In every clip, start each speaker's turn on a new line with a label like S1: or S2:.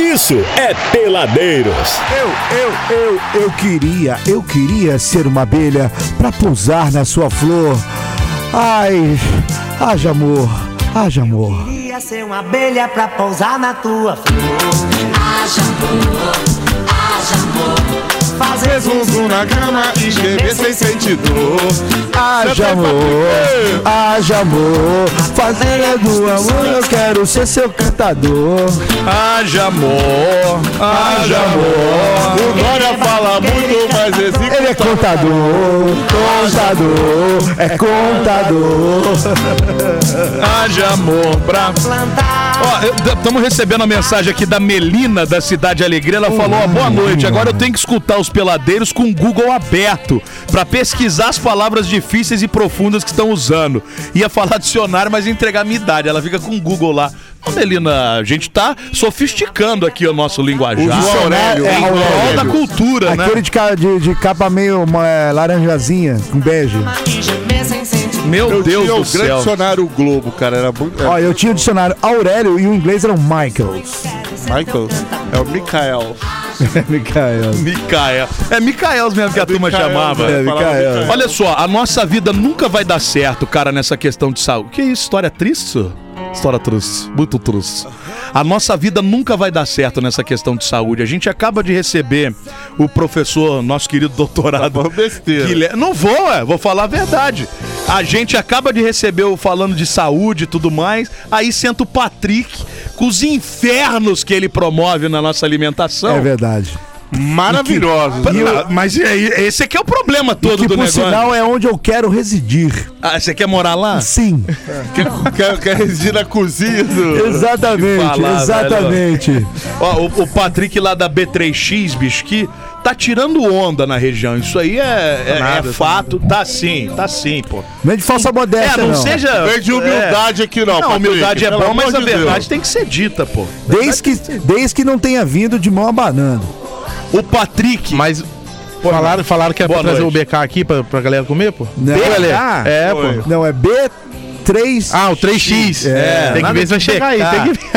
S1: Isso é Peladeiros.
S2: Eu, eu, eu, eu queria, eu queria ser uma abelha pra pousar na sua flor. Ai, haja amor, haja amor.
S3: Queria ser uma abelha pra pousar na tua flor.
S4: Haja amor, haja amor,
S3: Fazer um
S5: Zum zum na cama e gemer sem sentir dor.
S2: Haja amor, haja amor. Fazenda do amor, eu quero ser seu cantador.
S5: Haja amor, haja amor. O Dória fala muito, mas
S2: Ele
S5: executa.
S2: é contador, contador, é contador.
S5: Haja amor, bravo.
S3: plantar.
S5: Ó, estamos recebendo a mensagem aqui da Melina da Cidade Alegre. Ela falou: ó, boa noite. Agora eu tenho que escutar os peladeiros com o Google aberto pra pesquisar as palavras difíceis e profundas que estão usando. Ia falar dicionário, mas ia entregar a minha idade. Ela fica com o Google lá. Ô, Melina, a gente tá sofisticando aqui o nosso linguajar.
S2: dicionário é
S5: em
S2: ao
S5: prol
S2: Aurélio.
S5: da cultura, né?
S2: Aquele de, ca- de- de capa meio uma, é, laranjazinha, com bege.
S4: e gemer sem sentir
S5: Meu
S6: Eu
S5: Deus
S6: tinha
S5: do
S6: o grande
S5: céu.
S6: dicionário Globo, cara. Era muito.
S2: Ó,
S6: É,
S2: eu tinha o dicionário Aurélio e o inglês eram Michaels.
S6: Michael? É o Michael.
S2: Michael.
S5: Micael. É Micael mesmo que a turma
S6: Micael,
S5: chamava.
S6: né?
S2: É, Michael.
S5: Olha só, a nossa vida nunca vai dar certo, cara, nessa questão de saúde. Que isso, história triste? História triste, muito triste. A nossa vida nunca vai dar certo nessa questão de saúde. A gente acaba de receber o professor, nosso querido doutorado.
S6: Tá bom, besteira.
S5: Guilher- Não vou, é, vou falar a verdade. A gente acaba de receber o falando de saúde e tudo mais. Aí senta o Patrick com os infernos que ele promove na nossa alimentação.
S2: É verdade.
S6: Maravilhoso.
S5: Pa- Mas e aí, esse aqui é o problema todo
S2: que
S5: do
S2: por
S5: negócio.
S2: sinal é onde eu quero residir.
S5: Ah, você quer morar lá?
S2: Sim.
S6: Quer,
S5: é
S6: quer residir na cozinha do...
S2: Exatamente,
S5: Que falar,
S2: exatamente.
S5: Ó, o, o Patrick lá da B3X, bicho, que tá tirando onda na região. Isso aí é, é- é fato. Tá sim, tá sim, pô.
S2: Não é de falsa
S5: É,
S2: modéstia,
S5: não,
S2: não.
S5: seja.
S6: Perde humildade aqui,
S5: É.
S6: não.
S5: Não, a humildade é bom,
S6: bom,
S5: mas a verdade tem que ser dita, pô.
S2: Desde que, desde que não tenha vindo de mão abanando.
S5: O Patrick.
S7: Mas falaram, falaram que é pra
S5: Boa
S7: trazer
S5: noite.
S7: o BK aqui pra, pra galera comer, pô?
S2: Não,
S7: Galera, é, pô.
S2: não é B3...
S7: Ah, o 3X.
S2: É.
S7: Tem que ver se vai chegar aí. Tem que ver.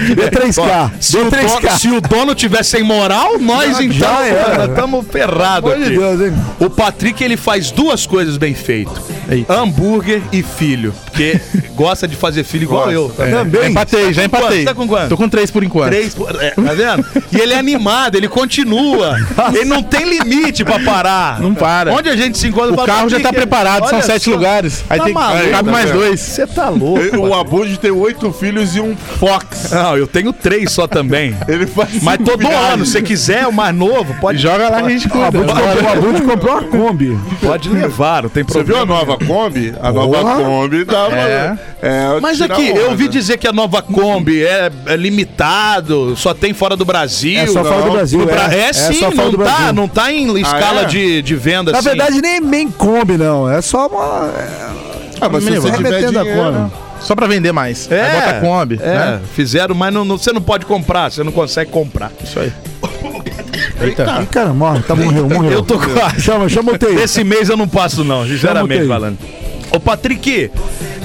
S2: B3K.
S5: se, o dono,
S2: B3K.
S5: se o dono tiver sem moral, nós então
S2: já era.
S5: estamos ferrados
S2: Pelo amor
S5: aqui.
S2: de Deus, hein?
S5: O Patrick ele faz duas coisas bem feito:
S7: Eita.
S5: hambúrguer e filho. Porque gosta de fazer filho igual eu. tá
S2: É.
S5: Também.
S7: Já
S2: Também.
S7: empatei, já empatei.
S5: Tá com quanto?
S7: Tô com 3 por enquanto.
S5: Três, por- é, tá vendo? E ele é animado, ele continua. Ele não tem limite pra parar.
S7: Não para.
S5: Onde a gente se encontra
S7: O
S5: fala,
S7: carro já tá
S5: Patrick,
S7: preparado, são
S5: olha
S7: sete
S5: só.
S7: lugares. Aí
S5: Tá
S7: tem
S5: maluco,
S7: que cabe mais
S5: velho.
S7: dois.
S5: Você tá louco.
S6: O
S5: Patrick.
S6: Abud tem oito filhos e um Fox.
S5: Não, eu tenho três só também.
S6: Ele faz
S5: Mas todo
S6: viagem.
S5: ano, se quiser o mais novo, pode,
S7: Joga lá que a gente cuida.
S2: O Abud comprou uma Kombi.
S5: pode levar, não tem
S6: Você viu
S5: problema.
S6: a nova Kombi? A nova
S2: Porra.
S6: Kombi dava.
S7: É.
S6: é,
S5: Mas
S6: tira
S5: aqui,
S6: onda.
S5: eu ouvi dizer que a nova Kombi é, é limitado, só tem fora do Brasil.
S2: É só fora
S6: não.
S2: do Brasil.
S5: No Bra- É, sim,
S2: só fora
S5: não,
S2: do
S5: tá,
S2: Brasil.
S5: não tá em escala
S7: Ah,
S6: é?
S5: de, de venda.
S2: Na
S5: assim.
S2: verdade, nem, nem Kombi, não. É só uma.
S6: Ah, mas se
S7: Meu,
S6: você
S7: vai
S6: tiver
S2: metendo a
S6: dinheiro,
S2: Kombi.
S7: Só pra vender mais.
S5: é.
S7: Aí bota a Kombi,
S5: é,
S7: né?
S5: Fizeram, mas não, não- você não pode comprar, você não consegue comprar.
S7: Isso aí. Eita.
S2: Ih, cara, morre. Tá, morreu, morreu.
S5: Eu tô quase.
S2: Chama, chama o TI.
S5: Esse mês eu não passo, não, sinceramente
S2: Chama o Tei.
S5: falando. Ô, Patrick,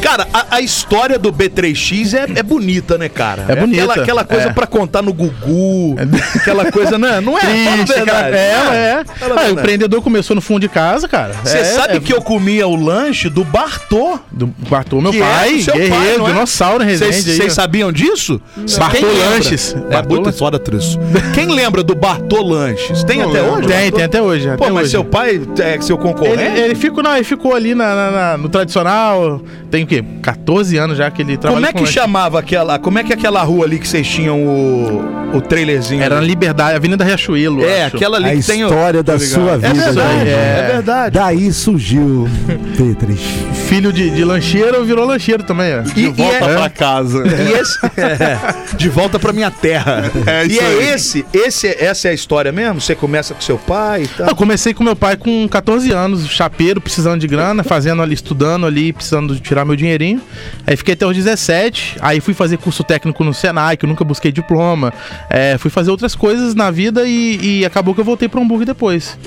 S5: cara, a, a história do B3X é, é bonita, né, cara?
S7: É bonita,
S5: Aquela, aquela coisa
S7: é.
S5: pra contar no Gugu, aquela coisa, né? Não é? Fala a
S7: Triste, cara.
S5: verdade,
S7: É, é.
S5: Fala a
S7: Ah, o
S5: verdade.
S7: empreendedor começou no fundo de casa, cara.
S5: Você
S7: É,
S5: sabe
S7: é,
S5: que eu comia o lanche do Bartô?
S7: Do Bartô, meu
S5: Que é
S7: pai,
S5: do seu pai,
S7: guerreiro,
S5: não é?
S7: dinossauro em Resende. aí, ó.
S5: Vocês sabiam disso? Cê-
S7: Bartô
S5: quem lembra? É
S7: Lanches. Bartô
S5: muita
S7: Lanches.
S5: história triste. Quem lembra do Bartô Lanches? Tem até hoje?
S7: Tem, tem até hoje.
S5: Pô,
S7: até
S5: mas
S7: hoje.
S5: seu pai é seu
S7: Ele,
S5: concorrente?
S7: ele ficou, não, ele ficou ali na- na- na- no tradicional. Tem o quê? 14 anos já que ele trabalha
S5: Como é
S7: com
S5: que
S7: lanche.
S5: chamava aquela. Como é que é aquela rua ali que vocês tinham o, o trailerzinho?
S7: Era na
S5: ali.
S7: Liberdade, Avenida Riachuelo.
S5: É,
S7: acho.
S5: aquela ali
S2: A
S5: que tem o.
S2: história da sua vida.
S5: É verdade,
S2: gente.
S5: é, verdade.
S2: Daí surgiu Tetris.
S7: Filho de, de lancheiro virou lancheiro também, ó.
S5: E, e
S6: volta
S5: é-
S6: pra casa.
S5: e esse, é, de volta pra minha terra.
S6: É
S5: e
S6: isso
S5: é
S6: aí.
S5: esse, esse, essa é a história mesmo? Você começa com seu pai e tal.
S7: Eu comecei com meu pai com 14 anos, chapeiro, precisando de grana, fazendo ali, estudando ali, precisando de tirar meu dinheirinho. Aí fiquei até os 17, aí fui fazer curso técnico no Senai, que eu nunca busquei diploma. É, fui fazer outras coisas na vida e, e acabou que eu voltei para Hamburgo depois.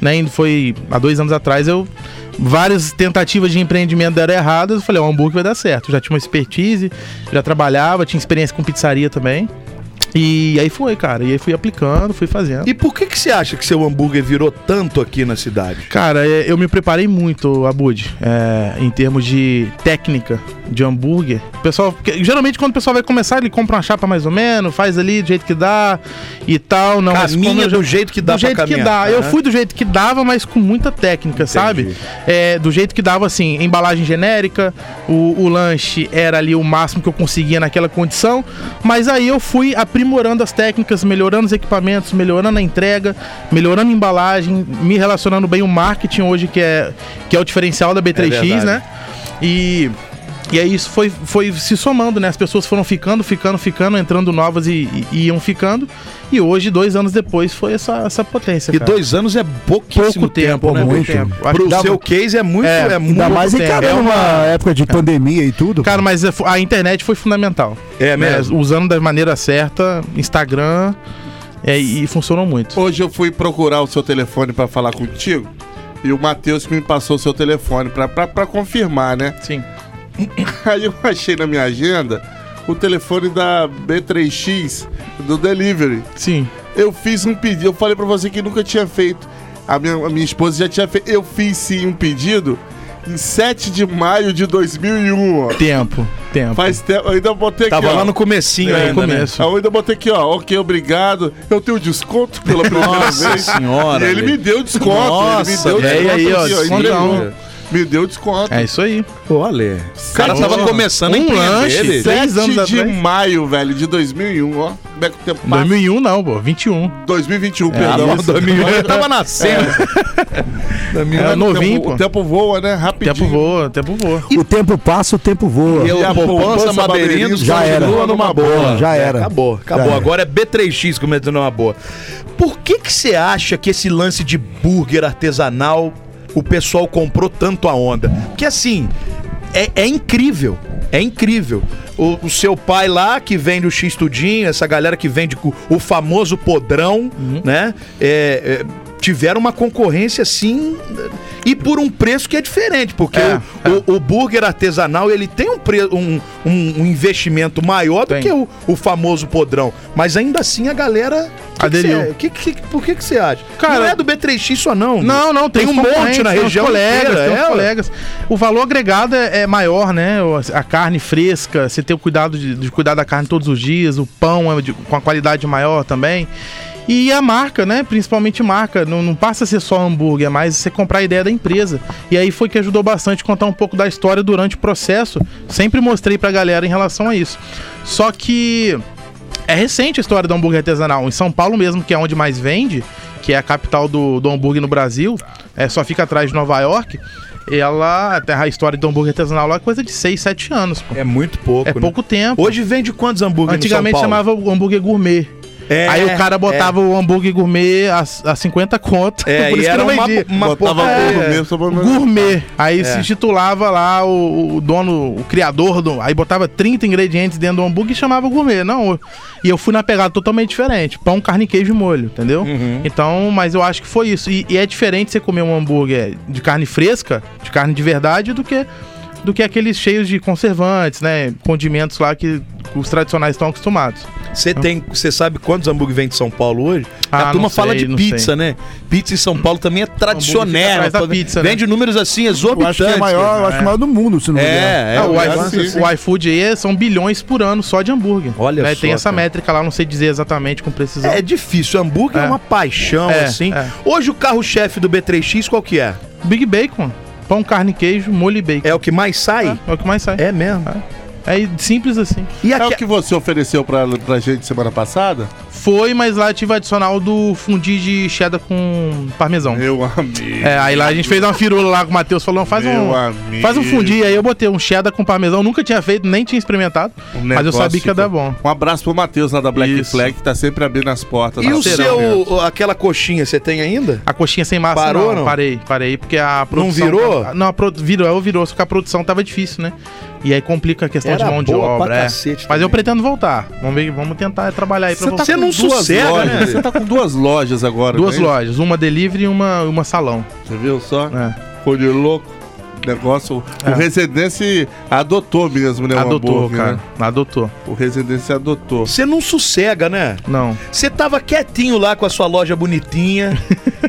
S7: Né? e Foi há dois anos atrás eu. Várias tentativas de empreendimento deram erradas. Eu falei, o hambúrguer vai dar certo. Eu já tinha uma expertise, já trabalhava, tinha experiência com pizzaria também. E aí foi, cara. E aí fui aplicando, fui fazendo.
S5: E por que, que você acha que seu hambúrguer virou tanto aqui na cidade?
S7: Cara, é, eu me preparei muito, Abud, é, em termos de técnica de hambúrguer. O pessoal, porque geralmente quando o pessoal vai começar, ele compra uma chapa mais ou menos, faz ali do jeito que dá e tal. Não, mas como
S5: Caminha
S7: eu já-
S5: é do jeito que dá
S7: do jeito
S5: pra
S7: que
S5: caminhar.
S7: dá. Eu
S5: né?
S7: fui do jeito que dava, mas com muita técnica, sabe? É, do jeito que dava, assim, embalagem genérica, o, o lanche era ali o máximo que eu conseguia naquela condição. Mas aí eu fui aprimorando as técnicas, melhorando os equipamentos, melhorando a entrega, melhorando a embalagem, me relacionando bem o marketing hoje, que é, que é o diferencial da B3X,
S5: verdade.
S7: né? E. E aí isso foi, foi se somando, né? As pessoas foram ficando, ficando, ficando, entrando novas e, e- e iam ficando. E hoje, dois anos depois, foi essa, essa potência.
S5: E
S7: cara.
S5: dois anos é pouquíssimo
S7: pouco tempo, né?
S2: muito.
S7: Acho que
S5: Pro
S7: dava-
S5: seu case é muito.
S7: É,
S5: É,
S7: ainda
S5: muito
S2: Ainda mais
S7: tempo.
S2: encarando
S7: É uma-
S2: uma época de pandemia e tudo.
S7: Cara, mas a- a internet foi fundamental.
S5: É
S7: né?
S5: mesmo.
S7: Usando da maneira certa, Instagram, é, e funcionou muito.
S6: Hoje eu fui procurar o seu telefone pra falar contigo. E o Matheus que me passou o seu telefone pra, pra, pra confirmar, né?
S7: Sim.
S6: Aí eu achei na minha agenda o telefone da B3X do delivery.
S7: Sim.
S6: Eu fiz um pedido, eu falei pra você que nunca tinha feito. A minha, a minha esposa já tinha feito. Eu fiz sim um pedido em 7 de maio de 2001, ó.
S7: Tempo, tempo.
S6: Faz tempo, eu ainda botei aqui.
S5: Tava
S6: ó.
S5: lá no comecinho
S7: É,
S5: ainda,
S7: no começo.
S6: Eu ainda botei aqui, ó. Ok, obrigado. Eu tenho desconto pela primeira
S5: Nossa
S6: vez.
S5: senhora.
S6: E ele me
S5: velho.
S6: deu desconto. ele me
S5: Nossa,
S6: deu
S7: velho,
S6: desconto.
S7: aí, ó,
S6: aqui,
S7: descontão.
S6: entregou. Me deu desconto.
S7: É isso aí.
S5: Olha. O cara
S6: Sete
S5: tava
S6: anos.
S5: começando a
S7: Um
S5: empreender,
S7: lanche,
S5: velho.
S7: sete- Três
S6: 7
S7: anos
S6: de
S7: atrás.
S6: maio, velho, de 2001, ó. Como é que o tempo passa?
S7: 2001 não, pô. 21. É,
S6: 2021,
S5: Ah,
S6: perdão.
S5: mal, 2001 eu tava nascendo.
S7: Era
S6: é O tempo-
S7: É novinho,
S6: O
S7: pô.
S6: tempo voa, né? Rapidinho.
S7: Tempo voa, tempo voa.
S2: O tempo passa, o tempo voa.
S5: E eu-
S6: E a
S5: poupança
S6: poupança
S5: Maberinos
S6: Maberinos
S2: já era.
S5: continua numa boa.
S2: Já era.
S5: É, Acabou, acabou.
S2: Já era.
S5: Agora é B3X comentando numa boa. Por que que você acha que esse lance de burger artesanal o pessoal comprou tanto a onda? Porque assim, é, é incrível. É incrível. O, o seu pai lá, que vende o X Tudinho, essa galera que vende o, o famoso podrão, né? É, é, tiveram uma concorrência assim e por um preço que é diferente, porque
S7: É,
S5: o, o- o burger artesanal ele tem um, pre, um, um- um investimento maior do
S7: Tem.
S5: que o, o famoso podrão, mas ainda assim a galera que que
S7: Aderiu.
S5: cê- que- que- por que que você acha?
S7: Cara,
S5: não é do B3X só não.
S7: Não, não, tem,
S5: tem um
S7: os concorrentes,
S5: monte na
S7: tem os
S5: região
S7: colegas,
S5: inteira,
S7: tem os
S5: é, ué.
S7: colegas. O valor agregado é, é maior, né? O- A carne fresca, você tem o cuidado de, de cuidar da carne todos os dias, o pão é de- com a qualidade maior também. E a marca, né? Principalmente marca, não, não passa a ser só hambúrguer, mas você comprar a ideia da empresa. E aí foi que ajudou bastante contar um pouco da história durante o processo. Sempre mostrei pra galera em relação a isso. Só que é recente a história do hambúrguer artesanal. Em São Paulo mesmo, que é onde mais vende, que é a capital do, do hambúrguer no Brasil, é, só fica atrás de Nova York. Ela, até a história do hambúrguer artesanal lá é coisa de 6, 7 anos. pô. É,
S5: É muito pouco. né?
S7: pouco tempo.
S5: Hoje vende quantos hambúrgueres
S7: Antigamente
S5: no São Paulo?
S7: chamava o hambúrguer gourmet.
S5: É,
S7: Aí o cara botava o hambúrguer gourmet a, a 50 conto.
S5: É, e era uma, uma
S6: Botava
S5: pouca-
S6: tudo
S5: é.
S6: mesmo, só pra...
S7: Gourmet. Aí se titulava lá o, o dono, o criador do. Aí botava 30 ingredientes dentro do hambúrguer e chamava gourmet. Não. E eu fui na pegada totalmente diferente. Pão, carne, queijo e molho, entendeu?
S5: Uhum.
S7: Então, mas eu acho que foi isso. E, e é diferente você comer um hambúrguer de carne fresca, de carne de verdade, do que do que aqueles cheios de conservantes, né? Condimentos lá que os tradicionais estão acostumados.
S5: Você tem, você sabe quantos hambúrguer vem de São Paulo hoje? a
S7: Ah,
S5: turma
S7: não
S5: fala
S7: sei,
S5: de
S7: não
S5: pizza,
S7: sei.
S5: né? Pizza em São Paulo também é
S7: Hambúrguer fica
S5: tradicional.
S7: atrás da pizza, né?
S5: Vende números assim
S2: Eu
S5: exorbitantes.
S2: acho que é maior, eu acho que é maior do mundo, se não me engano.
S5: É, é,
S7: Ah,
S5: eu
S7: o,
S5: acho
S6: acho que
S7: iFood,
S6: sim.
S7: o iFood aí é, são bilhões por ano só de hambúrguer.
S5: Olha
S7: né?
S5: só,
S7: Tem essa
S5: cara.
S7: métrica lá, não sei dizer exatamente com precisão.
S5: É difícil, hambúrguer é,
S7: É.
S5: uma paixão,
S7: É,
S5: assim.
S7: é.
S5: Hoje o carro-chefe do B3X qual que é?
S7: Big Bacon. Pão, carne, queijo, molho e bacon.
S5: É o que mais sai?
S7: É, o que mais sai.
S5: É, mesmo.
S7: É. simples assim.
S5: E
S6: É
S5: aqui,
S6: o que você ofereceu pra, pra gente semana passada?
S7: Foi, mas lá eu tive adicional do fundi de cheddar com parmesão.
S6: Meu amigo.
S7: É, aí lá a gente fez uma firula lá com o Matheus, falou, faz
S6: Meu
S7: um,
S6: amigo.
S7: faz um fundi. Aí eu botei um cheddar com parmesão, nunca tinha feito, nem tinha experimentado,
S6: Um
S7: mas eu
S6: negócio
S7: sabia que ia dar bom.
S6: Um abraço pro Matheus lá da Black
S7: Isso.
S6: Flag, que tá sempre abrindo as portas.
S5: e o
S6: Parceirão
S5: seu,
S6: mesmo.
S5: aquela coxinha, você tem ainda?
S7: A coxinha sem massa
S5: Parou, não?
S7: Parei, parei, porque a produção...
S5: virou?
S7: a- Não, a pro, virou, é, virou, só que a produção tava difícil, né? E aí complica a questão
S5: Era
S7: de mão de
S5: boa pra
S7: obra, é.
S5: cacete
S7: Mas
S5: também.
S7: eu pretendo voltar. Vamos ver, vamos tentar trabalhar aí pra voltar.
S5: Você tá
S6: com
S5: não
S6: duas
S5: sossega,
S6: lojas,
S5: né?
S6: Você tá com duas lojas agora,
S7: Duas
S6: né?
S7: lojas, uma delivery e uma, uma salão.
S6: Você viu só?
S7: É.
S6: Foi de louco. negócio. O
S7: É.
S6: Residência adotou mesmo, né? o
S7: Adotou,
S6: hambúrguer,
S7: cara.
S6: né?
S7: Adotou.
S6: O Residência adotou.
S5: Você não sossega, né?
S7: Não.
S5: Você tava quietinho lá com a sua loja bonitinha,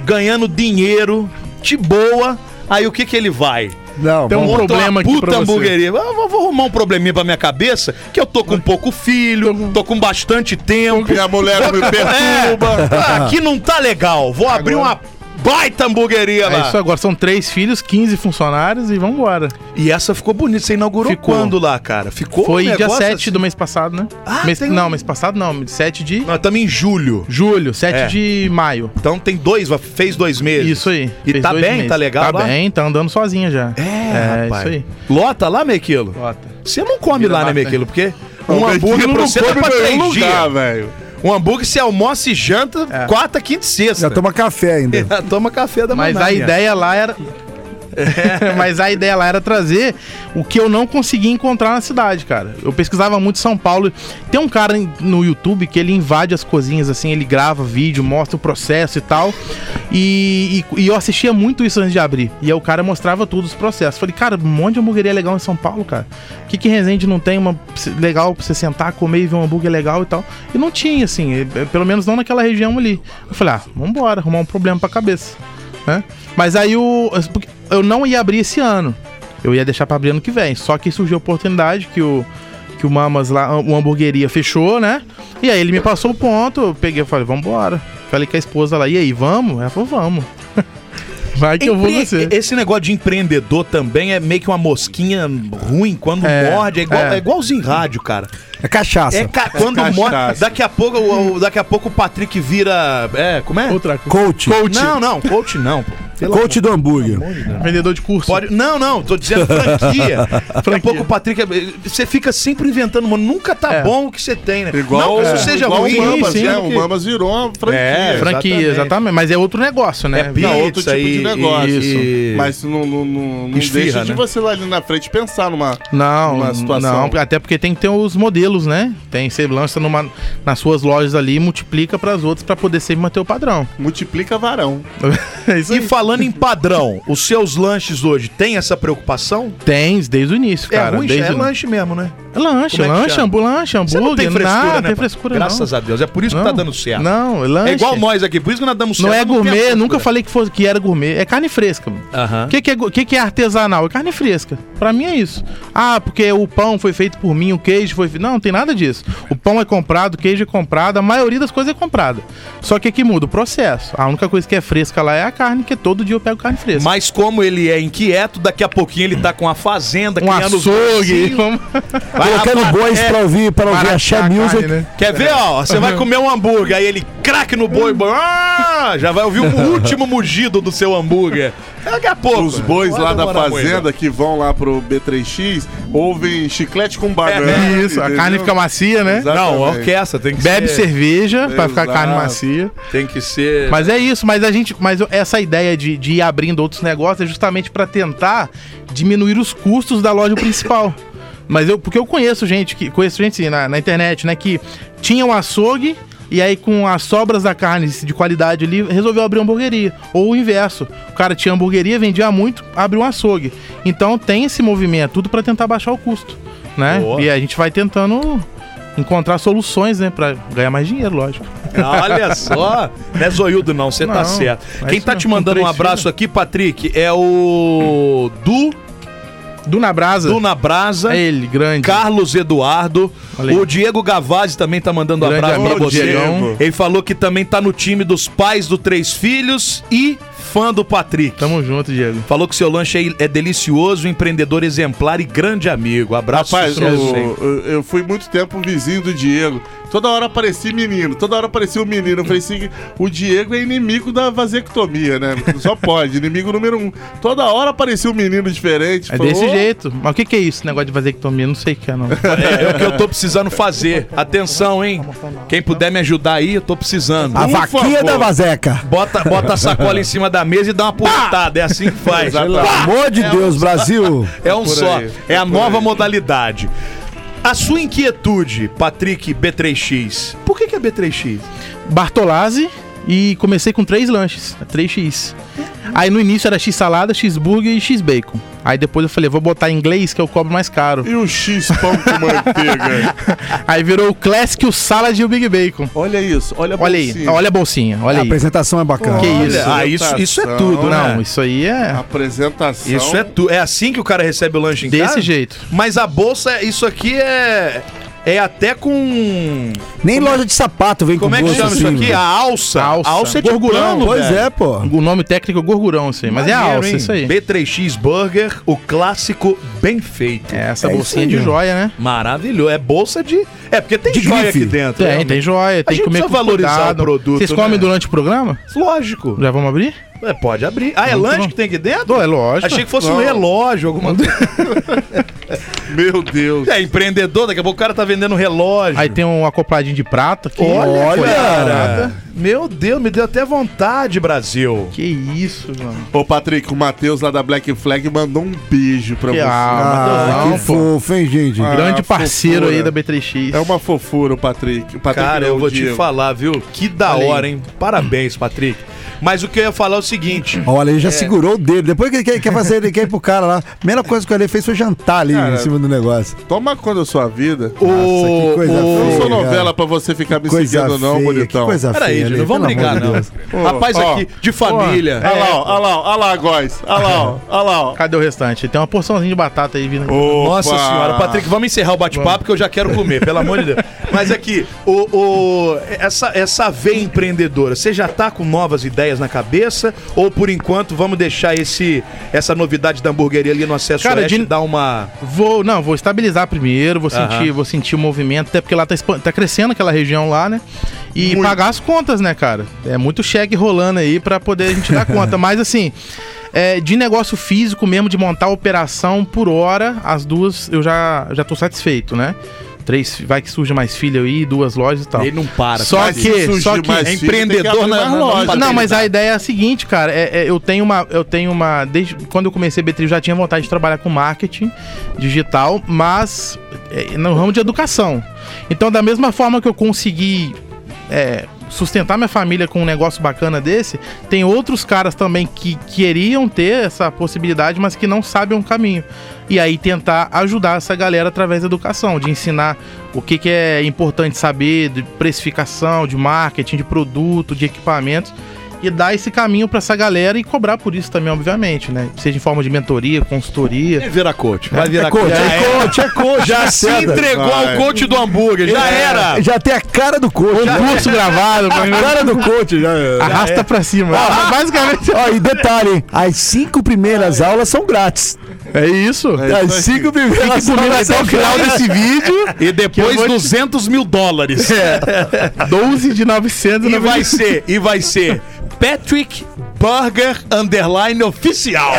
S5: ganhando dinheiro, de boa. Aí o que que ele vai?
S2: Não,
S7: Tem um
S5: Monta
S7: problema
S5: uma
S7: aqui
S5: puta
S7: pra você.
S5: hamburgueria. Eu vou, vou arrumar um probleminha pra minha cabeça, que eu tô com pouco filho, tô com bastante tempo.
S6: E a mulher me perturba.
S5: É, aqui não tá legal. Vou abrir uma baita hamburgueria
S7: É
S5: lá.
S7: isso agora. São três filhos, 15 funcionários e vambora.
S5: E essa ficou bonita. Você inaugurou
S7: Ficou.
S5: quando lá, cara? Ficou
S7: Foi
S5: um
S7: dia
S5: negócio
S7: 7
S5: assim?
S7: do mês passado, né?
S5: Ah,
S7: mês,
S5: tem um-
S7: Não, mês passado não. 7 de
S5: Nós estamos em julho.
S7: julho, 7
S5: É.
S7: de maio.
S5: Então tem dois, fez dois meses.
S7: Isso aí.
S5: E
S7: Fez
S5: tá
S7: dois
S5: bem?
S7: meses.
S5: Tá legal
S7: Tá
S5: lá?
S7: bem, tá andando sozinha já.
S5: É, rapaz.
S7: isso aí.
S5: Lota lá, Mequilo?
S7: Bota.
S5: Você não come
S7: Vira
S5: lá, né,
S7: bastante.
S5: Mequilo? Porque
S6: O
S5: um hambúrguer
S6: Bequilo
S5: pra
S6: não
S5: você dá
S6: come
S5: pra
S6: em
S5: três
S6: nenhum lugar,
S5: dias.
S6: velho.
S5: Um hambúrguer você almoça e janta
S7: É.
S5: quarta, quinta e sexta.
S2: já toma café ainda.
S5: Já toma café da manhã.
S7: Mas a ideia lá era. É, Mas a ideia lá era trazer o que eu não conseguia encontrar na cidade, cara. Eu pesquisava muito São Paulo. Tem um cara em- no YouTube que ele invade as cozinhas, assim, ele grava vídeo, mostra o processo e tal. E, e- e eu assistia muito isso antes de abrir. E aí o cara mostrava todos os processos. Falei, cara, um monte de hamburgueria legal em São Paulo, cara. Por que, que Resende não tem uma legal pra você sentar, comer e ver um hambúrguer legal e tal? E não tinha, assim, eh, pelo menos não naquela região ali. Eu falei, ah, vambora, arrumar um problema pra cabeça né? Mas aí o porque eu não ia abrir esse ano. Eu ia deixar pra abrir ano que vem. Só que surgiu a oportunidade que o que o Mamas lá, o hamburgueria fechou, né? E aí ele me passou o ponto, eu peguei e falei, vambora. Falei com a esposa lá, e aí, vamos? Ela falou, vamos. Vai que eu vou
S5: Empre-
S7: você.
S5: Esse negócio de empreendedor também é meio que uma mosquinha ruim. Quando
S7: É,
S5: morde, é, igual,
S7: é.
S5: é igualzinho rádio, cara.
S2: É cachaça.
S5: É ca- quando
S6: cachaça.
S5: morde. Daqui a pouco o, o- daqui a pouco o Patrick vira. É, como é?
S7: Outra coisa.
S2: Coach.
S5: Coach. Não, não, coach não, pô.
S2: Coach do hambúrguer.
S7: Vendedor de curso. É,
S5: Pode... Não, não, tô dizendo franquia. Daqui a pouco o Patrick. é, Você fica sempre inventando, mano. Nunca tá
S7: É.
S5: bom o que você tem, né?
S6: Igual,
S5: não, que isso
S6: é,
S5: seja
S6: igual
S5: ruim,
S6: o Mamas,
S5: sim,
S6: né?
S5: porque-
S6: O Mamas virou uma franquia.
S5: É,
S6: É,
S7: Franquia,
S5: exatamente.
S7: exatamente. Mas é outro negócio, né?
S5: É pizza,
S6: outro tipo de
S5: e-
S6: negócio.
S5: e-
S6: Mas não, não, não, não
S5: Esfirra,
S6: deixa de
S5: né?
S6: você lá ali na frente pensar numa...
S7: Não,
S6: uma situação.
S7: não, até porque tem que ter os modelos, né? Tem, você lança numa, nas suas lojas ali e multiplica pras outras pra poder sempre manter o padrão.
S6: Multiplica varão.
S7: É isso
S5: E
S7: aí.
S5: falando em padrão, os seus lanches hoje têm essa preocupação?
S7: Tem, desde o início, cara.
S5: é ruim,
S7: desde
S5: é
S7: o-
S5: lanche mesmo, né?
S7: Lanche,
S5: Como é que
S7: lanche,
S5: chama?
S7: hambu- lanche,
S5: Você
S7: hambúrguer.
S5: não tem frescura,
S7: nada,
S5: né?
S7: tem
S5: pô?
S7: frescura,
S5: Graças
S7: não.
S5: a Deus. É por isso
S7: Não.
S5: que tá dando certo.
S7: Não, lanche.
S5: É igual nós aqui, por isso que nós damos certo.
S7: Não
S5: tem
S7: é
S5: a
S7: gourmet,
S5: frescura.
S7: nunca falei que, fosse, que era gourmet. É carne fresca, mano.
S5: Aham.
S7: O que, que, é, go- que, que é artesanal? É carne fresca. Pra mim é isso. Ah, porque o pão foi feito por mim, o queijo foi feito. Não, não tem nada disso. O pão é comprado, o queijo é comprado, a maioria das coisas é comprada. Só que aqui muda o processo. A única coisa que é fresca lá é a carne, que todo dia eu pego carne fresca.
S5: Mas como ele é inquieto, daqui a pouquinho ele tá com a fazenda,
S7: um
S5: criando os
S7: açougue.
S5: vizinhos.
S7: vamos-
S5: Vai lá
S2: Colocando
S5: pra-
S2: bois
S5: é,
S2: pra ouvir, para ouvir
S7: baratear
S2: a Xé
S7: a carne,
S2: Music.
S7: né?
S5: Quer ver, ó? Você vai comer um hambúrguer, aí ele craque no boi, boi, ah, já vai ouvir o último mugido do seu hambúrguer. Daqui a pouco.
S6: Os bois
S5: Pode
S6: lá da
S5: demorar muito.
S6: fazenda que vão lá pro B3X ouvem chiclete com banana.
S5: É,
S7: Isso, a carne fica macia, né?
S5: Não,
S6: Exatamente.
S5: orquestra, tem que
S7: Bebe
S5: ser.
S7: cerveja pra ficar a carne
S6: Exato.
S7: macia.
S5: Tem que ser.
S7: Mas é isso, mas a gente, mas eu- essa ideia de, de ir abrindo outros negócios é justamente pra tentar diminuir os custos da loja principal. Mas eu, porque eu conheço gente que conheço gente sim, na, na internet, né, que tinha um açougue e aí com as sobras da carne de qualidade ali resolveu abrir uma hamburgueria ou o inverso. O cara tinha hamburgueria, vendia muito, abriu um açougue. Então tem esse movimento, tudo pra tentar baixar o custo, né?
S5: Boa.
S7: E a gente vai tentando encontrar soluções, né, Pra ganhar mais dinheiro, lógico.
S5: Olha só. Não é zoiudo, não, você tá
S7: Não,
S5: certo.
S7: mas
S5: Quem
S7: isso
S5: tá
S7: não,
S5: te
S7: com
S5: mandando um
S7: três
S5: abraço aqui, Patrick, é o Du,
S7: Do Nabrasa.
S5: Du na Brasa.
S7: É ele, grande.
S5: Carlos Eduardo.
S7: Olha aí.
S5: O Diego Gavazzi também tá mandando
S7: Grande
S5: abraço pra
S7: amigo,
S5: você.
S7: Diegão.
S5: Ele falou que também tá no time dos pais do Três Filhos e fã do Patrick.
S7: Tamo junto, Diego.
S5: Falou que seu lanche é, é delicioso, empreendedor exemplar e grande amigo. Abraço.
S6: Rapaz, eu,
S5: sucesso, hein?
S6: eu- eu fui muito tempo vizinho do Diego. Toda hora aparecia menino, toda hora aparecia um menino. Eu falei assim: o Diego é inimigo da vasectomia, né? Só pode, inimigo número um. Toda hora aparecia um menino diferente.
S7: É
S6: Falou,
S7: desse
S6: "Ô,
S7: jeito. Mas o que, que é isso, negócio de vasectomia? Não sei o que é, não.
S5: É, é o que eu tô precisando fazer. Atenção, hein?
S7: Tá
S5: Quem puder me ajudar aí, eu tô precisando.
S2: A
S5: Por
S2: vaquinha
S5: favor.
S2: da Vazeca.
S5: Bota, bota a sacola em cima da mesa e dá uma putada. É assim que faz.
S2: Pelo
S5: Pá!
S2: amor de Deus, Brasil.
S5: É um
S6: Por
S5: só.
S6: aí,
S5: É a
S6: por
S5: nova
S6: aí.
S5: modalidade. A sua inquietude, Patrick B3X. Por que, que é B3X?
S7: Bartolazzi e comecei com três lanches, 3x. Aí no início era X salada, X burger e X bacon. Aí depois eu falei, vou botar inglês que eu cobro mais caro.
S6: E o X pão com manteiga?
S7: Aí virou o Classic, o Salad e o Big Bacon.
S6: Olha isso, olha a
S7: Olha aí,
S6: bolsinha.
S7: olha a bolsinha, olha
S2: A
S7: aí.
S2: apresentação é bacana.
S7: Que
S5: Olha,
S7: isso?
S5: ah, isso, isso é tudo, né?
S7: Não, isso aí
S6: Tá
S7: é
S6: Apresentação.
S5: Isso é tudo. É assim que o cara recebe o lanche em casa?
S7: desse jeito.
S5: Mas a bolsa, é- isso aqui é. É até com.
S2: Nem loja de sapato vem
S5: Como
S2: com
S5: é que
S2: gosto
S5: chama isso
S2: assim,
S5: aqui?
S2: velho.
S5: A alça.
S7: Alça.
S5: A alça é de
S7: Gorgurão,
S5: pano,
S2: Pois
S5: velho.
S2: é, pô.
S7: O nome técnico é gorgurão, isso aí. Mas é a
S5: Maneiro,
S7: alça,
S5: hein?
S7: isso aí.
S5: B3X Burger, o clássico bem feito.
S7: É, essa
S2: É isso
S7: bolsinha
S2: aí,
S7: de
S2: ó.
S7: joia, né?
S5: Maravilhoso. É bolsa de. É, porque tem
S2: De
S5: joia
S2: grife.
S5: aqui dentro.
S7: Tem,
S5: né?
S7: tem joia, tem
S5: gente
S7: que comer
S5: precisa
S7: com
S5: valorizar
S7: cuidado.
S5: o produto,
S7: Vocês comem
S5: né?
S7: durante o programa?
S5: Lógico.
S7: Já vamos abrir?
S5: É, pode abrir. Ah, é
S7: Muito
S5: lanche
S7: bom.
S5: que tem aqui dentro?
S7: Pô, é lógico.
S5: Achei que fosse um relógio, alguma coisa.
S6: Meu Deus.
S5: É, empreendedor, daqui a pouco o cara tá vendendo relógio.
S7: Aí tem um acopladinho de prata aqui.
S5: Olha,
S7: Coisa barata.
S5: cara. Meu Deus, me deu até vontade, Brasil.
S7: Que isso, mano.
S6: Ô, Patrick, o Matheus lá da Black Flag mandou um beijo pra
S7: Que
S6: você.
S7: alma,
S2: Ah,
S7: não,
S2: que fofo, hein, gente?
S6: Ah,
S7: Grande parceiro
S6: fofura.
S7: aí da B3X.
S6: É uma fofura, o Patrick. O Patrick
S5: Cara,
S6: não, é
S5: eu
S6: o
S5: vou te
S6: Diego.
S5: falar, viu? Que da
S7: Olha aí.
S5: hora, hein? Parabéns, Patrick. Mas o que eu ia falar é o seguinte.
S2: Olha, ele já segurou o dedo. Depois que ele quer- quer fazer, ele quer ir pro cara lá. A primeira coisa que o Ale fez foi jantar ali
S6: Cara,
S2: em cima do negócio.
S6: Toma conta da sua vida.
S2: Nossa, que coisa
S6: Eu não
S2: feia,
S6: sou
S2: cara.
S6: novela pra você ficar me
S2: Coisa
S6: seguindo, não,
S2: feia,
S6: bonitão.
S2: que coisa
S5: Peraí,
S2: feia.
S5: gente,
S2: Ale,
S5: não vamos
S2: pelo amor
S5: brigar,
S2: de
S5: não.
S2: Deus.
S5: Rapaz
S6: ó,
S5: aqui, de família.
S6: Olha lá, ó, olha lá, ó, olha lá, góis. Olha lá, ó, olha lá. ó.
S7: Cadê o restante? Tem uma porçãozinha de batata aí vindo.
S5: Nossa
S6: Opa.
S5: senhora, Patrick, vamos encerrar o bate-papo que eu já quero comer, pelo amor de Deus. Mas aqui, o, o- essa, essa veia empreendedora, você já tá com novas ideias na cabeça? Ou por enquanto vamos deixar esse, essa novidade da hamburgueria ali no acesso
S7: Cara,
S5: oeste
S7: de-
S5: dar uma.
S7: Vou, não, vou estabilizar primeiro, vou
S5: Aham.
S7: sentir, vou sentir o movimento, até porque lá tá, expan- tá crescendo aquela região lá, né? E pagar as contas, né, cara? É muito cheque rolando aí pra poder a gente dar conta, mas assim, é, de negócio físico mesmo, de montar a operação por hora, as duas eu já já tô satisfeito, né? Três, vai que surge mais filho aí, duas lojas e tal.
S5: Ele não para.
S7: Só
S5: Patrick.
S6: Se
S7: que,
S6: surgir
S7: só que
S6: mais filho, tem que
S5: empreendedor
S6: abrir
S5: na-
S6: mais
S5: na- na-
S6: loja. né?
S5: Paternidade.
S7: não, mas a ideia é a seguinte, cara. É, é, eu tenho uma. Eu tenho uma. Desde quando eu comecei B3, eu já tinha vontade de trabalhar com marketing digital, mas é, no ramo de educação. Então, da mesma forma que eu consegui. é, sustentar minha família com um negócio bacana desse, tem outros caras também que queriam ter essa possibilidade, mas que não sabem um caminho. E aí tentar ajudar essa galera através da educação, de ensinar o que, que é importante saber de precificação, de marketing, de produto, de equipamentos e dar esse caminho pra essa galera e cobrar por isso também, obviamente, né? Seja em forma de mentoria, consultoria.
S5: Vai virar coach. Vai virar
S2: É coach,
S5: Já
S2: é
S5: era.
S2: coach, é coach.
S5: Já É. se
S2: caceta.
S5: entregou
S6: Vai.
S5: ao coach do hambúrguer. Já era.
S2: Já tem a cara do coach. né?
S7: Curso gravado,
S2: A cara do coach. Já
S7: arrasta pra cima.
S2: basicamente. Ó, e detalhe, hein, as cinco primeiras aulas são grátis.
S7: É isso.
S2: As cinco primeiras aulas são grátis.
S7: desse vídeo,
S5: E depois
S7: Que eu vou te-
S5: 200 mil dólares.
S7: 12 É de 900
S5: E vai ser, e vai ser Patrick Burger Underline Oficial.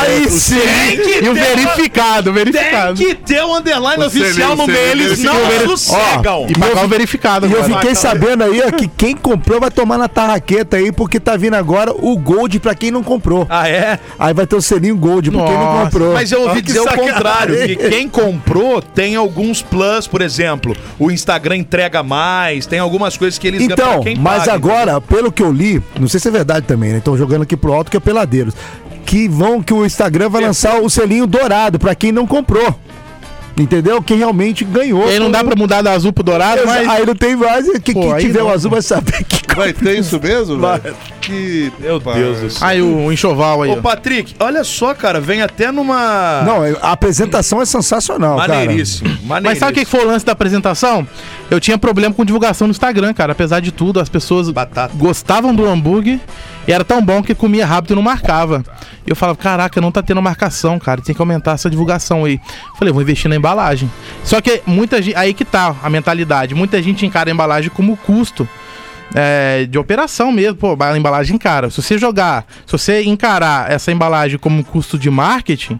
S2: Aí sim.
S5: Tem que
S7: E o
S5: ter uma-
S7: verificado,
S5: Tem
S7: verificado.
S5: que ter o underline
S6: Você
S5: oficial
S6: viu,
S5: no
S6: você
S5: meio,
S6: viu,
S5: eles
S6: você
S5: não
S6: viu.
S5: sossegam.
S7: E pagar o verificado
S2: E eu
S7: agora.
S2: fiquei sabendo aí ó, que quem comprou vai tomar na tarraqueta aí, porque tá vindo agora o Gold pra quem não comprou.
S5: Ah, é?
S2: Aí vai ter o selinho Gold pra quem não
S7: Nossa,
S2: comprou.
S5: Mas eu
S2: Olha
S5: ouvi
S2: que
S5: dizer o
S2: sacanagem.
S5: contrário, que quem comprou tem alguns plus, por exemplo, o Instagram entrega mais, tem algumas coisas que eles
S2: Então,
S5: é pra quem
S2: mas
S5: paga.
S2: agora, pelo que eu li, não sei se é verdade também, né? Então jogando aqui pro alto que é peladeiros. Que vão que o Instagram
S5: É.
S2: vai lançar o selinho dourado pra quem não comprou. Entendeu? Quem realmente ganhou.
S7: E aí não dá pra mudar da azul pro dourado, mas...
S2: Aí não tem mais. que- Quem,
S7: Pô, aí
S2: tiver
S7: não.
S2: o azul vai saber que.
S6: Vai ter isso mesmo?
S2: Vai.
S6: velho? Que...
S5: Meu Deus do céu.
S7: Aí o enxoval aí,
S5: Ô,
S7: ó.
S5: Patrick, olha só, cara, vem até numa...
S7: Ah.
S2: Não, a apresentação é sensacional, cara.
S5: Maneiríssimo, maneiríssimo.
S7: Mas sabe o que que foi o lance da apresentação? Eu tinha problema com divulgação no Instagram, cara. Apesar de tudo, as pessoas
S5: Batata.
S7: gostavam do hambúrguer e era tão bom que comia rápido e não marcava. E eu falava, caraca, não tá tendo marcação, cara. Tem que aumentar essa divulgação aí. Falei, vou investir na embalagem. Só que muita gente. Aí que tá a mentalidade. Muita gente encara a embalagem como custo. é, de operação mesmo, pô, a é embalagem cara. Se você jogar, se você encarar essa embalagem como um custo de marketing,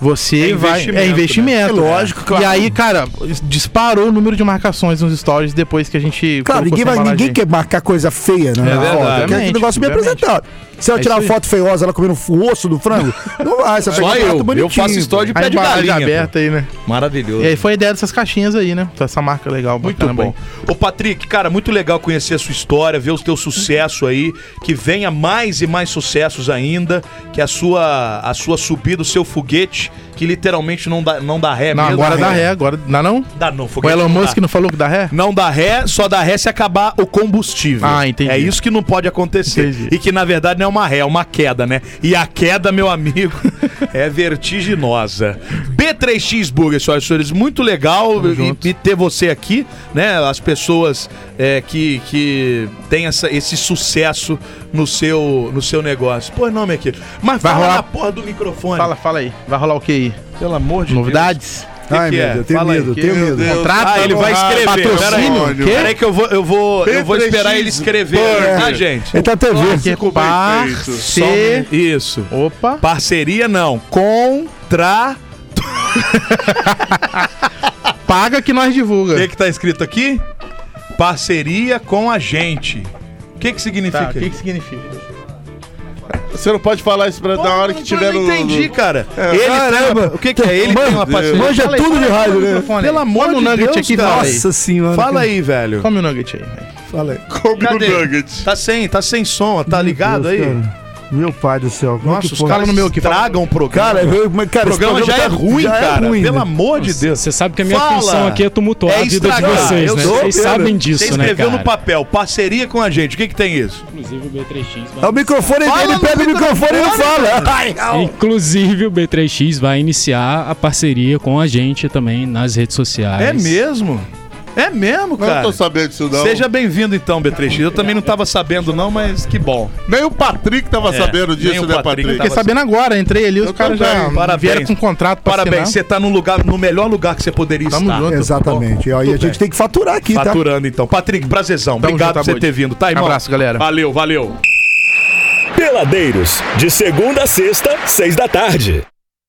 S7: Você
S5: É
S7: vai.
S5: investimento,
S7: É investimento.
S2: né? É lógico,
S7: E aí, cara, disparou o número de marcações nos stories depois que a gente.
S2: Claro,
S7: colocou
S2: ninguém,
S7: essa
S2: vai, ninguém
S7: embalagem.
S2: quer marcar coisa feia na
S5: É
S2: na
S5: verdade,
S2: foto. Quer que o
S7: obviamente,
S2: negócio bem
S7: obviamente.
S2: apresentado. Se ela
S7: É
S2: tirar uma
S7: isso aí.
S2: foto feiosa, ela comendo o osso do frango, não vai. Você
S5: Só
S2: pega um prato
S5: eu. Eu
S2: bonitinho,
S5: faço história de
S7: A
S5: pé de
S7: embalagem
S5: galinha. pô.
S7: aberta aí, né?
S5: Maravilhoso.
S7: E aí foi a ideia dessas caixinhas aí, né? Então, Essa marca legal.
S5: Muito
S7: bacana,
S5: bom. Ô, Patrick, cara, muito legal conhecer a sua história, ver o teu sucesso aí, que venha mais e mais sucessos ainda, que a sua, a sua subida, o seu foguete, que literalmente não dá, não dá ré
S7: Não,
S5: É mesmo. né?
S7: agora dá ré, agora. Não, não?
S5: Dá não,
S7: O
S5: foguete
S7: Elon
S5: não dá.
S7: Musk não falou que dá ré?
S5: Não dá ré, só dá ré se acabar o combustível.
S7: Ah, entendi.
S5: É isso que não pode acontecer.
S7: Entendi.
S5: E que na verdade não é uma ré, é uma queda, né? E a queda, meu amigo, é vertiginosa. B3X Burger, senhoras e senhores, muito legal e,
S7: junto.
S5: e ter você aqui, né? As pessoas é, que, que têm essa- esse sucesso no seu, no seu negócio. Pô, nome aqui. Mas
S7: Vai
S5: fala
S7: rolar-
S5: na porra do microfone.
S7: Fala, fala aí. Vai rolar o que aí?
S5: pelo amor de
S7: Novidades?
S5: Deus. Que
S2: Ai,
S5: que
S2: meu
S5: é?
S2: Deus, eu tenho
S5: Fala aí.
S2: medo, eu tenho
S6: Meu
S2: medo.
S6: Deus.
S7: Contrato?
S5: Ah, ele vai escrever.
S7: Patrocínio?
S5: Peraí,
S6: Quê?
S5: peraí que eu vou, eu vou, eu vou
S6: P3X
S5: esperar ele escrever, tá, gente?
S2: Ele tá até
S7: Que
S2: vendo.
S7: é
S6: Ficou bem
S5: Só um
S7: parce...
S5: minuto. Isso.
S7: Opa.
S5: Parceria não. Contra.
S7: Paga que nós divulga.
S5: O que, que tá escrito aqui? Parceria com a gente. O que que significa?
S7: Tá, o que, que significa?
S6: Você não pode falar isso pra, na hora que tiver
S5: Eu
S6: no.
S5: não entendi,
S6: no-
S5: cara. ele
S2: Caramba.
S5: tem, o que que é? Ele tem uma parceria.
S2: Manja
S7: Fala aí,
S2: tudo de
S7: fala aí,
S2: rádio,
S7: fala no
S2: né?
S7: microfone.
S5: Pelo amor
S7: Come o
S5: de
S7: nugget
S5: Deus,
S7: aqui,
S5: cara.
S7: fala aí.
S2: Nossa senhora.
S5: Fala aí, velho.
S7: Come o nugget aí. velho.
S2: Fala aí.
S6: Come no
S5: Cadê?
S6: Nugget.
S5: Tá sem, tá sem som, tá ligado
S2: Meu
S5: aí?
S2: Deus, cara. Meu pai do céu. como é
S5: Nossa,
S2: que
S5: os
S2: foi?
S5: caras no
S7: Fala no meu
S5: meu
S7: aqui,
S5: que
S7: fala.
S5: tragam o programa.
S2: Cara, meu- mas, cara,
S5: o
S2: esse
S5: programa já é
S2: tá-
S5: ruim,
S2: já é
S5: cara.
S2: ruim,
S5: Pelo
S2: né?
S5: amor de Deus.
S8: Você sabe que a minha
S5: Fala.
S8: função aqui é tumultuar
S5: É
S8: a vida de
S5: estragar.
S8: vocês,
S5: Eu
S8: né?
S5: sou,
S8: Vocês
S2: Pedro.
S8: sabem
S5: Você
S8: disso, né,
S5: escreveu
S8: cara?
S5: no papel, parceria com a gente. O que que tem isso?
S8: Inclusive o B3X
S2: É o microfone
S5: Fala
S2: dele,
S5: no
S2: pega o microfone e não
S5: microfone,
S2: fala. Ai,
S8: vai... Inclusive o B3X vai iniciar a parceria com a gente também nas redes sociais.
S5: É mesmo? É mesmo,
S6: Não
S5: cara.
S6: tô sabendo disso, não.
S5: Seja bem-vindo então, B3X. Eu também não tava sabendo não, mas que bom.
S6: Nem o Patrick tava
S5: É,
S6: sabendo
S5: nem
S6: disso,
S5: o
S6: né,
S5: Patrick
S6: Patrick?
S7: Fiquei
S5: tava-
S7: sabendo agora, entrei ali, os
S6: Eu
S7: caras já
S6: também.
S5: Parabéns.
S7: vieram com um contrato pra
S5: Parabéns,
S7: assinar.
S5: você tá no lugar, no melhor lugar que você poderia
S7: Tamo
S5: estar.
S7: junto.
S2: Exatamente. E aí a
S5: bem.
S2: gente tem que faturar aqui, tá?
S5: Faturando então. Patrick, prazerzão.
S7: Tamo
S5: Obrigado
S7: junto,
S5: por você
S7: Abud.
S5: ter vindo, tá, irmão?
S7: Abraço, galera.
S5: Valeu, valeu.
S1: Peladeiros, de segunda a sexta, seis da tarde.